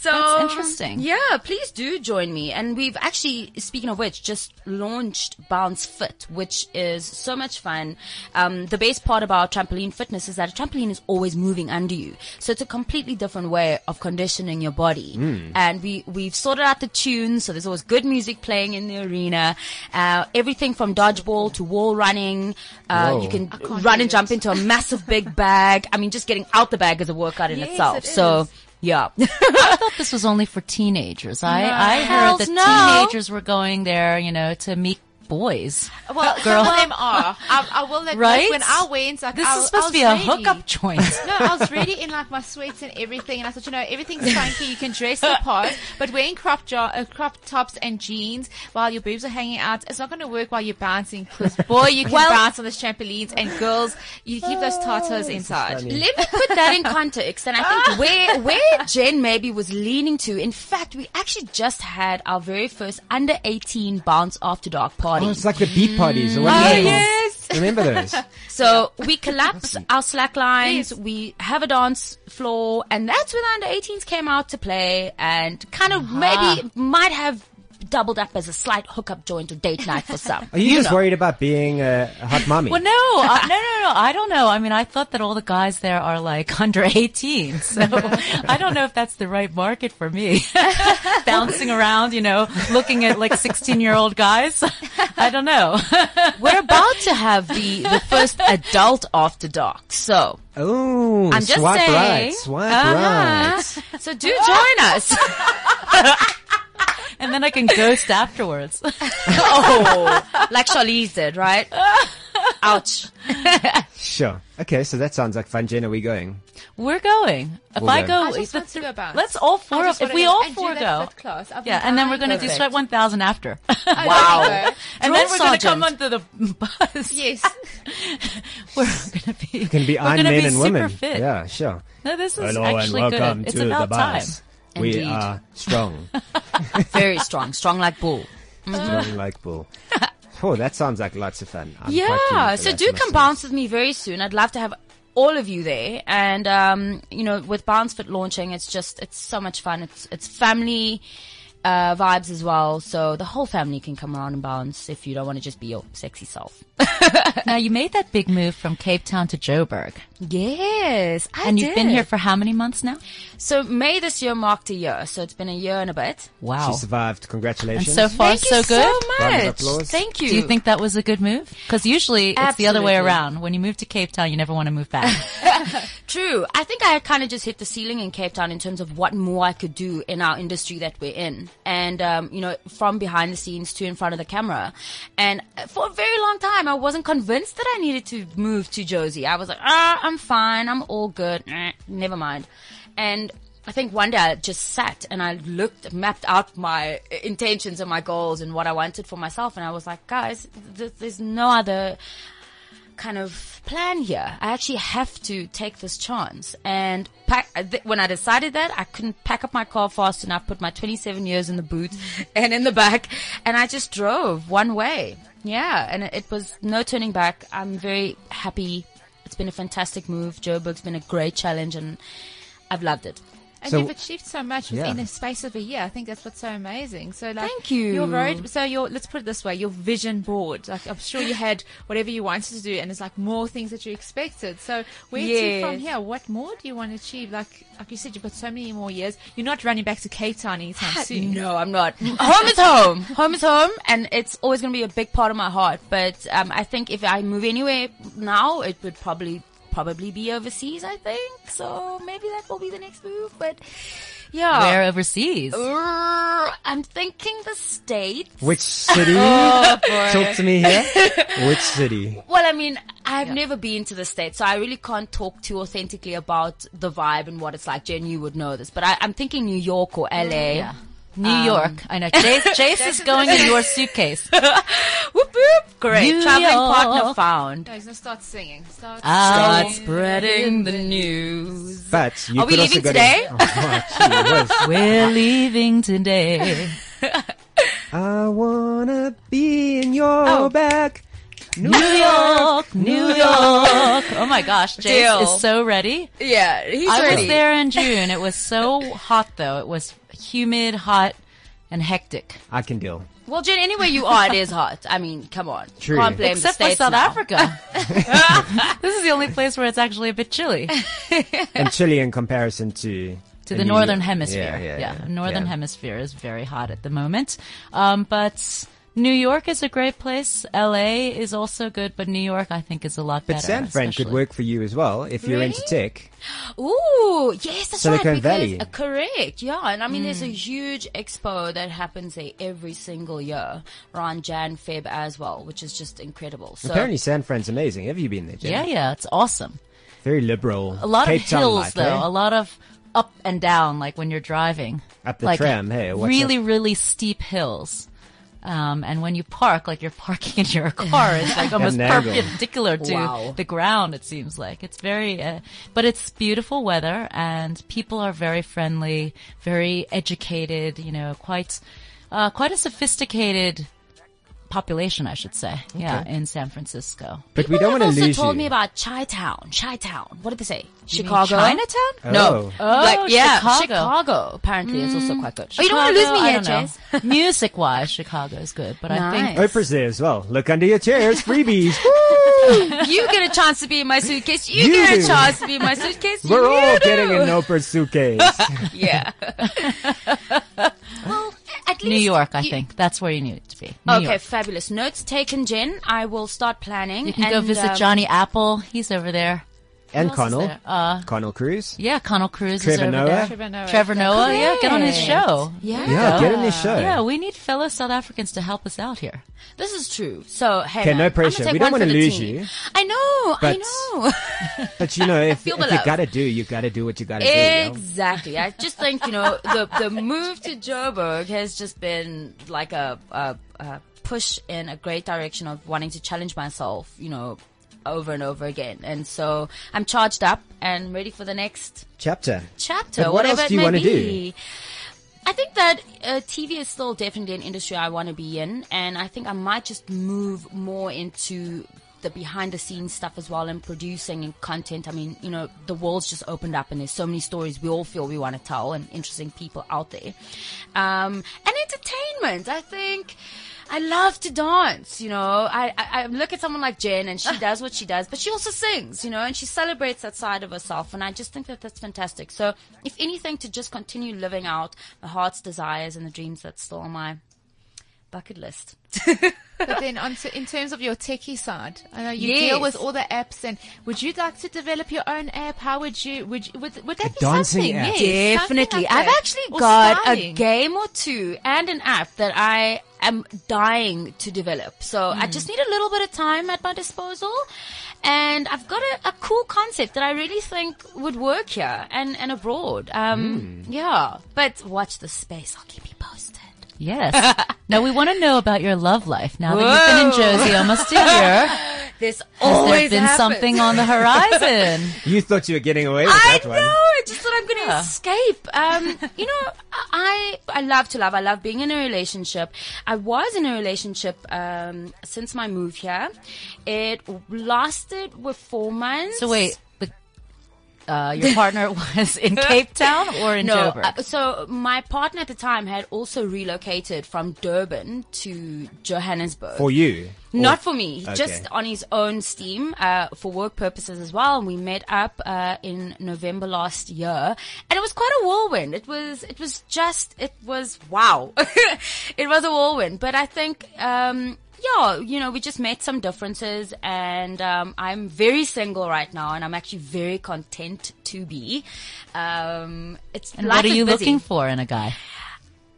So That's interesting. Yeah, please do join me. And we've actually, speaking of which, just launched Bounce Fit, which is so much fun. Um, the best part about trampoline fitness is that a trampoline is always moving under you, so it's a completely different way of conditioning your body. And we we've sorted out the tunes, so there's always good music playing in the arena. Uh, everything from dodgeball to wall running. Uh, Whoa. you can can't run do and jump it. into a massive big bag. I mean, just getting out the bag is a workout in Yes, itself. it So. is. Yeah. thought this was only for teenagers. I, I Hells heard that no. teenagers were going there, you know, to meet boys. Well, some of them are. I, I will admit, Right? when I went, like, This I, is I supposed was to be a ready. hookup joint. No, I was really in like my sweats and everything, and I thought, you know, everything's funky. You can dress the part, but wearing crop jo- uh, crop tops and jeans while your boobs are hanging out, it's not going to work while you're bouncing. Because boy, you can bounce on those trampolines, and girls, you keep those Oh. tatas inside. Let me put that in context, and I Ah. think where where Jen maybe was leaning to. In fact, we actually just had our very first under eighteen bounce after dark party. Oh, it's like the beat parties. Or Mm. what Oh, are Oh, they called? Remember those? So we collapse our slack lines. Yes. We have a dance floor, and that's when under 18s came out to play and kind of maybe might have doubled up as a slight hookup joint or date night for some. Are you, just worried about being a, a hot mommy? Well, no, uh, no, no, no. I don't know. I mean, I thought that all the guys there are like under 18. So I don't know if that's the right market for me. Bouncing around, you know, looking at like 16 year old guys. I don't know. We're about to have the, the first adult after dark. So, Oh, I'm just swipe saying. right, swipe Uh-huh. right. so do join us. And then I can ghost afterwards. Oh. like Charlize did, right? Ouch. Sure. Okay, so that sounds like fun. Jen, are we going? We're going. If We'll I go. go, I just the want to thr- go bounce. let's all I four just of, wanna if we go all and do four that go. fifth class. I've been Yeah, and then we're dying going for to do it. Sweat 1000 after. I know. and then we're going to Sergeant. come onto the bus. Yes. We're going to be, Can be we're Iron gonna Men be and super women. Fit. Yeah, sure. No, this is actually good. It's about time. We Indeed. are strong, Very strong, strong like bull. strong like bull. Oh, that sounds like lots of fun. I'm quite keen Yeah. for So that, do must come say. bounce with me very soon. I'd love to have all of you there. And um, you know, with Bounce Fit launching, it's just it's so much fun. It's it's family uh, vibes as well. So the whole family can come around and bounce if you don't want to just be your sexy self. Now you made that big move from Cape Town to Joburg, Yes. I and you've been did. here for how many months now? So May this year marked a year. So it's been a year and a bit. Wow. She survived. And Congratulations. so far, Thank so you good. so Round much. of applause. Thank you. Do you think that was a good move? Because usually it's the other way Absolutely. around. When you move to Cape Town, you never want to move back. True. I think I kind of just hit the ceiling in Cape Town in terms of what more I could do in our industry that we're in. And, um, you know, from behind the scenes to in front of the camera. And for a very long time, I wasn't convinced that I needed to move to Josie. I was like, ah, I'm fine. I'm all good. Eh, never mind. And I think one day I just sat and I looked, mapped out my intentions and my goals and what I wanted for myself. And I was like, guys, th- there's no other kind of plan here. I actually have to take this chance. And pack, th- when I decided that, I couldn't pack up my car fast enough, put my 27 years in the boot and in the back, and I just drove one way. Yeah, and it- it was no turning back. I'm very happy. It's been a fantastic move. Joburg's been a great challenge, and I've loved it. And So- you've achieved so much within Yeah. the space of a year. I think that's what's so amazing. So, like, Thank you. Your road. So, your let's put it this way: your vision board. Like, I'm sure you had whatever you wanted to do, and it's like more things that you expected. So, where to from Yes. here? What more do you want to achieve? Like, like you said, you've got so many more years. You're not running back to Cape Town anytime soon. No, I'm not. Home is home. Home is home, and it's always going to be a big part of my heart. But um, I think if I move anywhere now, it would probably probably be overseas. I think so. Maybe that will be the next move. But Oh. yeah, Where overseas? Urgh, I'm thinking the states. Which city? Oh, Talk to me here. Which city? Well, I mean, I've never been to the States, so I really can't talk too authentically about the vibe and what it's like. Jen, you would know this, but I, I'm thinking New York or LA. Mm, Yeah. New York. I know. Jace, Jace is going in your suitcase. Whoop, whoop. Great. New Traveling partner York. found. No, he's gonna start singing. Start Ah. Start singing. spreading the news. But you Are we could also leaving go today? To, oh, gee whiz. We're leaving today. I wanna be in your Oh. back. New New York, New York. Oh my gosh, Jace Deal. is so ready. Yeah, he's I ready. was there in June. It was so hot though. It was humid, hot, and hectic. I can deal. Well, Jen, anywhere you are, it is hot. I mean, come on. True. Can't blame Except for the States South now. Africa. this is the only place where it's actually a bit chilly. And Chile in comparison to to in the New northern York. hemisphere. Yeah, yeah, yeah. northern Yeah. hemisphere is very hot at the moment. Um, but New York is a great place. LA is also good, but New York I think is a lot But better. San Fran could especially. work for you as well if you're into tech. Ooh, yes, that's Silicon right. Because, Valley. uh, correct, yeah. And I mean, there's a huge expo that happens there every single year, around Jan, Feb as well, which is just incredible. So, Apparently, San Fran's amazing. Have you been there, Jen? Yeah, yeah, it's awesome. Very liberal. A lot Cape of Town hills like, though, eh? a lot of up and down, like when you're driving. Up the like, tram, hey, what's really, really steep hills. Um, and when you park, like you're parking in your car, it's like almost an angle. perpendicular to Wow. the ground. It seems like it's very, uh, but it's beautiful weather and people are very friendly, very educated. You know, quite, uh, quite a sophisticated population, I should say. Yeah, in San Francisco. But we don't People want have to also lose told you. me about Chi Town. Chi Town. What did they say? You mean Chicago. Chinatown. No. Oh. like, yeah, Chicago. Hmm. Chicago. apparently is also quite good. Oh, you don't wanna lose me yet, Jess. Music wise, Chicago is good, but I think Nice. Oprah's there as well. Look under your chairs, freebies. you get a chance to be in my suitcase. You, You get a do. chance to be in my suitcase. We're you all do. getting an Oprah suitcase. Yeah. well, at least New York. I you- think that's where you need to be. New Okay, York. fabulous. Notes taken, Jen. I will start planning. You can go and, visit um, Johnny Apple. He's over there. and Who else is Connell. there? Uh, Connell Cruz. yeah, Connell Cruz is Trevor over Noah? there. Trevor Noah. Trevor Noah, yeah, get on his show. Yeah. Yeah, get in this show. Yeah, we need fellow South Africans to help us out here. This is true. So, hey, Okay, man, no I'm gonna pressure. take We don't one wanna for the lose team. you, I know. I but- know. But you know, if, Feel if the you love. gotta do, you gotta do what you gotta do. yo. exactly. I just think you know the the move to Joburg has just been like a, a, a push in a great direction of wanting to challenge myself. You know. Over and over again, and so I'm charged up and ready for the next Chapter. chapter, But what whatever else do you it wanna may do? be. I think that uh, TV is still definitely an industry I want to be in, and I think I might just move more into the behind the scenes stuff as well and producing and content. I mean, you know, the world's just opened up and there's so many stories we all feel we want to tell and interesting people out there. Um, and entertainment, I think. I love to dance, you know. I, I, I look at someone like Jen and she does what she does, but she also sings, you know, and she celebrates that side of herself. And I just think that that's fantastic. So, if anything, to just continue living out my heart's desires and the dreams that's still on my bucket list. But then, on to, in terms of your techie side, I know you Yes. deal with all the apps. And would you like to develop your own app? How would you? Would you, would, would that A be dancing something? app. Yes, something Definitely. like I've that. actually Or got a styling. game or two and an app that I am dying to develop. So I just need a little bit of time at my disposal. And I've got a, a cool concept that I really think would work here and, and abroad. Um, Yeah. But watch the space. I'll keep you posted. Yes. now we want to know about your love life. Now that you've been in Jersey almost a year, has There's there always been happens. something on the horizon? You thought you were getting away with I that know. one. I just thought I'm going to Yeah. escape. Um, you know, I I love to love. I love being in a relationship. I was in a relationship um, since my move here. It lasted with four months. so wait, the uh, your partner was in Cape Town or in no, Joburg? uh, so my partner at the time had also relocated from Durban to Johannesburg. For you? Not Or- for me, Okay. just on his own steam uh, for work purposes as well. And we met up uh, in November last year, and it was quite a whirlwind. It was, it was just, it was wow, it was a whirlwind. But I think, um, yeah, you know, we just met some differences, and um, I'm very single right now, and I'm actually very content to be. Um, it's and life what are is you busy. looking for in a guy?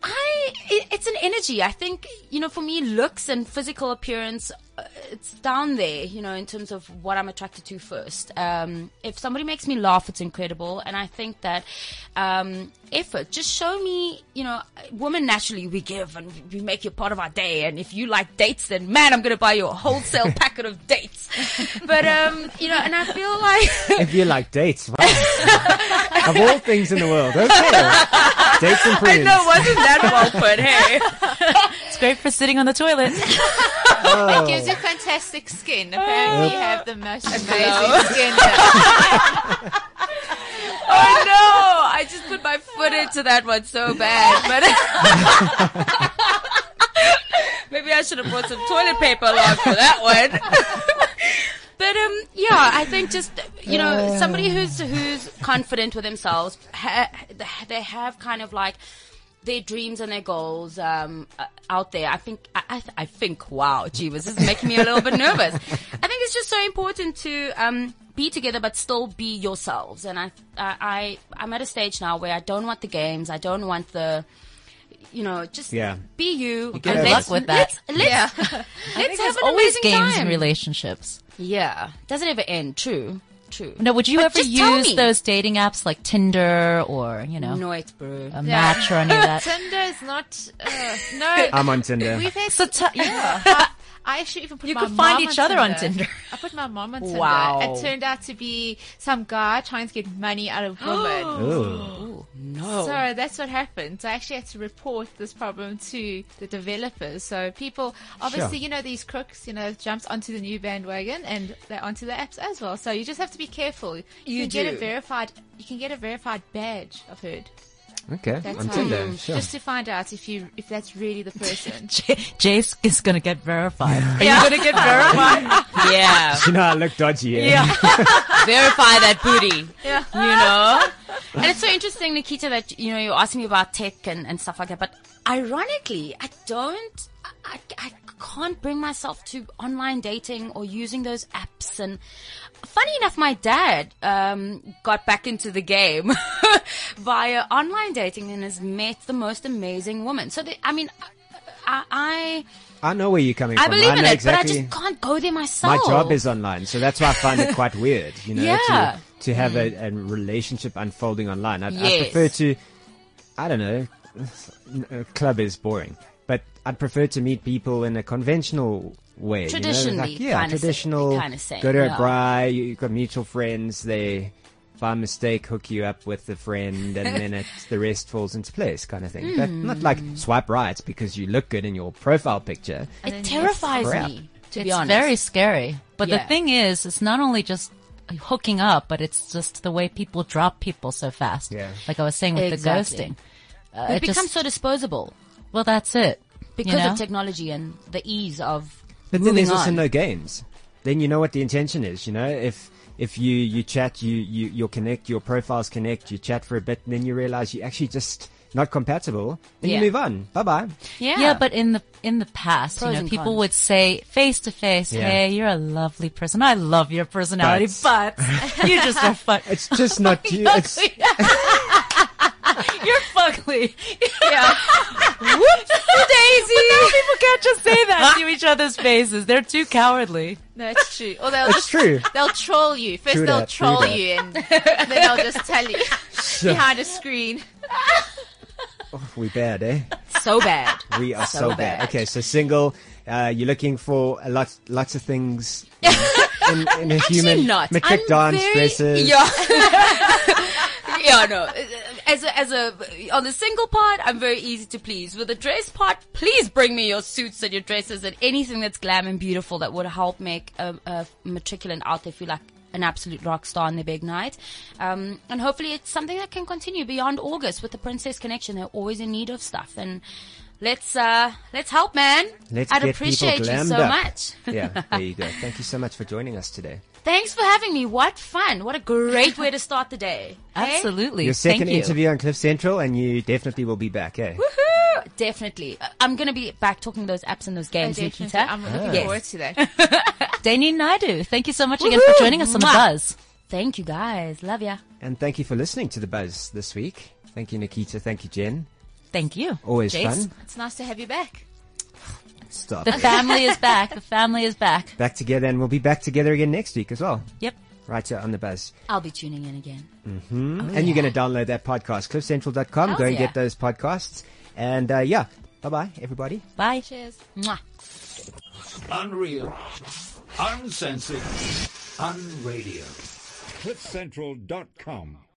I it, it's an energy. I think you know, for me, looks and physical appearance, uh, it's down there. You know, in terms of what I'm attracted to first. Um, if somebody makes me laugh, it's incredible, and I think that um, effort. Just show me. You know, women naturally we give and we make you part of our day. And if you like dates, then man, I'm gonna buy you a wholesale packet of dates. But um, you know, and I feel like. If you like dates, wow. of all things in the world, okay. Dates and I prunes. know, wasn't that well put? Hey, It's great for sitting on the toilet. It gives you fantastic skin. Apparently, you have the most amazing skin. that- oh no! I just put my foot into that one so bad, but maybe I should have brought some toilet paper along for that one. But um, yeah, I think just you know somebody who's who's confident with themselves, ha- they have kind of like their dreams and their goals um, uh, out there. I think I, I, th- I think wow, Jeebus, this is making me a little bit nervous. I think it's just so important to um, be together but still be yourselves. And I, I I I'm at a stage now where I don't want the games, I don't want the you know just Yeah. be you. get and over it. let's- Good luck with that. Let's, let's, let's have an Always amazing games time. in relationships. Yeah, doesn't ever end. True, true. No, would you But ever just tell use me. those dating apps like Tinder or you know No, it's bro. a match or any of that? Tinder is not. Uh, no, I'm on Tinder. we've had. So t- yeah. I actually even put You my could mom find each other on Tinder. I put my mom on Tinder. Wow. It turned out to be some guy trying to get money out of women. Ooh. Oh. no. So that's what happened. So I actually had to report this problem to the developers. So people, obviously, Sure. you know, these crooks, you know, jumps onto the new bandwagon and they're onto the apps as well. So you just have to be careful. You, You can get do. a verified, you can get a verified badge. I've heard. Okay, That's on how Tinder. you- Sure. Just to find out if you, if that's really the person. J- Jace is going to get verified. Are you going to get verified? yeah, you know, I look dodgy. eh? yeah. verify that booty. yeah. You know, and it's so interesting, Nikita, that you know you're asking me about tech and, and stuff like that. But ironically, I don't. I, I, I can't bring myself to online dating or using those apps. And funny enough, my dad um, got back into the game via online dating and has met the most amazing woman. So, they, I mean, I, I I know where you're coming I from. believe I in know it, exactly. but I just can't go there my myself. job is online, so that's why I find it quite weird, you know, Yeah. Mm. to, to have a, a relationship unfolding online. I, I Yes. prefer to, I don't know, a club is boring, but I'd prefer to meet people in a conventional way. you know, Traditionally, like, yeah, kinda traditional, same- kinda same, go to yeah. a bri, you- you've got mutual friends, they, by mistake, hook you up with a friend, and then it, the rest falls into place, kind of thing. But not like Hmm. swipe right because you look good in your profile picture. It terrifies Crap. me, to be it's honest. very scary. But the Yeah. thing is, it's not only just hooking up, but it's just the way people drop people so fast. Yeah. Like I was saying with Exactly. the ghosting. Uh, it it becomes just- so disposable well, that's it. because you know? of technology and the ease of. But then moving there's also on. no games. Then you know what the intention is. You know, if if you you chat, you you you'll connect, your profiles connect, you chat for a bit, and then you realize you're actually just not compatible, then Yeah. you move on. Bye bye. yeah, Yeah, but in the in the past, Pros you know, and people cons. would say face to face, Yeah. "Hey, you're a lovely person. I love your personality, but, But- you just are fun. It's just not you. It's You're fugly. Yeah. Whoops, Daisy. people can't just say that to each other's faces. They're too cowardly. No, it's true. Or they'll it's just, true. they'll troll you. First True they'll that, true troll that. you and then they'll just tell you behind a screen. We bad, eh? so bad. We are so, So bad. bad. Okay, so single. Uh, you're looking for a lot, lots of things in, in a human not. matric I'm dance very- dresses. Yeah. yeah, no. As a, as a on the single part, I'm very easy to please. With the dress part, please bring me your suits and your dresses and anything that's glam and beautiful that would help make a, a matriculant out there feel like an absolute rock star on their big night. Um, and hopefully it's something that can continue beyond August with the Princess Connection. They're always in need of stuff. And let's, uh, let's help, man. Let's I'd get appreciate people you glammed so up. much. yeah, there you go. Thank you so much for joining us today. Thanks for having me. What fun. What a great way to start the day. Hey? Absolutely. Your second Thank you. interview on Cliff Central, and you definitely will be back, eh? Woohoo! Definitely. Uh, I'm going to be back talking those apps and those games, Definitely. Nikita. I'm looking Ah. Yes. forward to that. Dani Naidu, thank you so much again for joining us on The Mwah. Buzz. Thank you guys. Love ya. And thank you for listening to The Buzz this week. Thank you, Nikita. Thank you, Jen. Thank you. Always Jace. fun. It's nice to have you back. Stop. The family is back. The family is back. back together, and we'll be back together again next week as well. Yep. Right here on The Buzz. I'll be tuning in again. Oh, and you're going to download that podcast, cliffcentral.com. Go Hell and yeah. get those podcasts. And uh, yeah, bye bye, everybody. Bye. Cheers. Mwah. Unreal. Uncensored. Unradio. CliffCentral.com.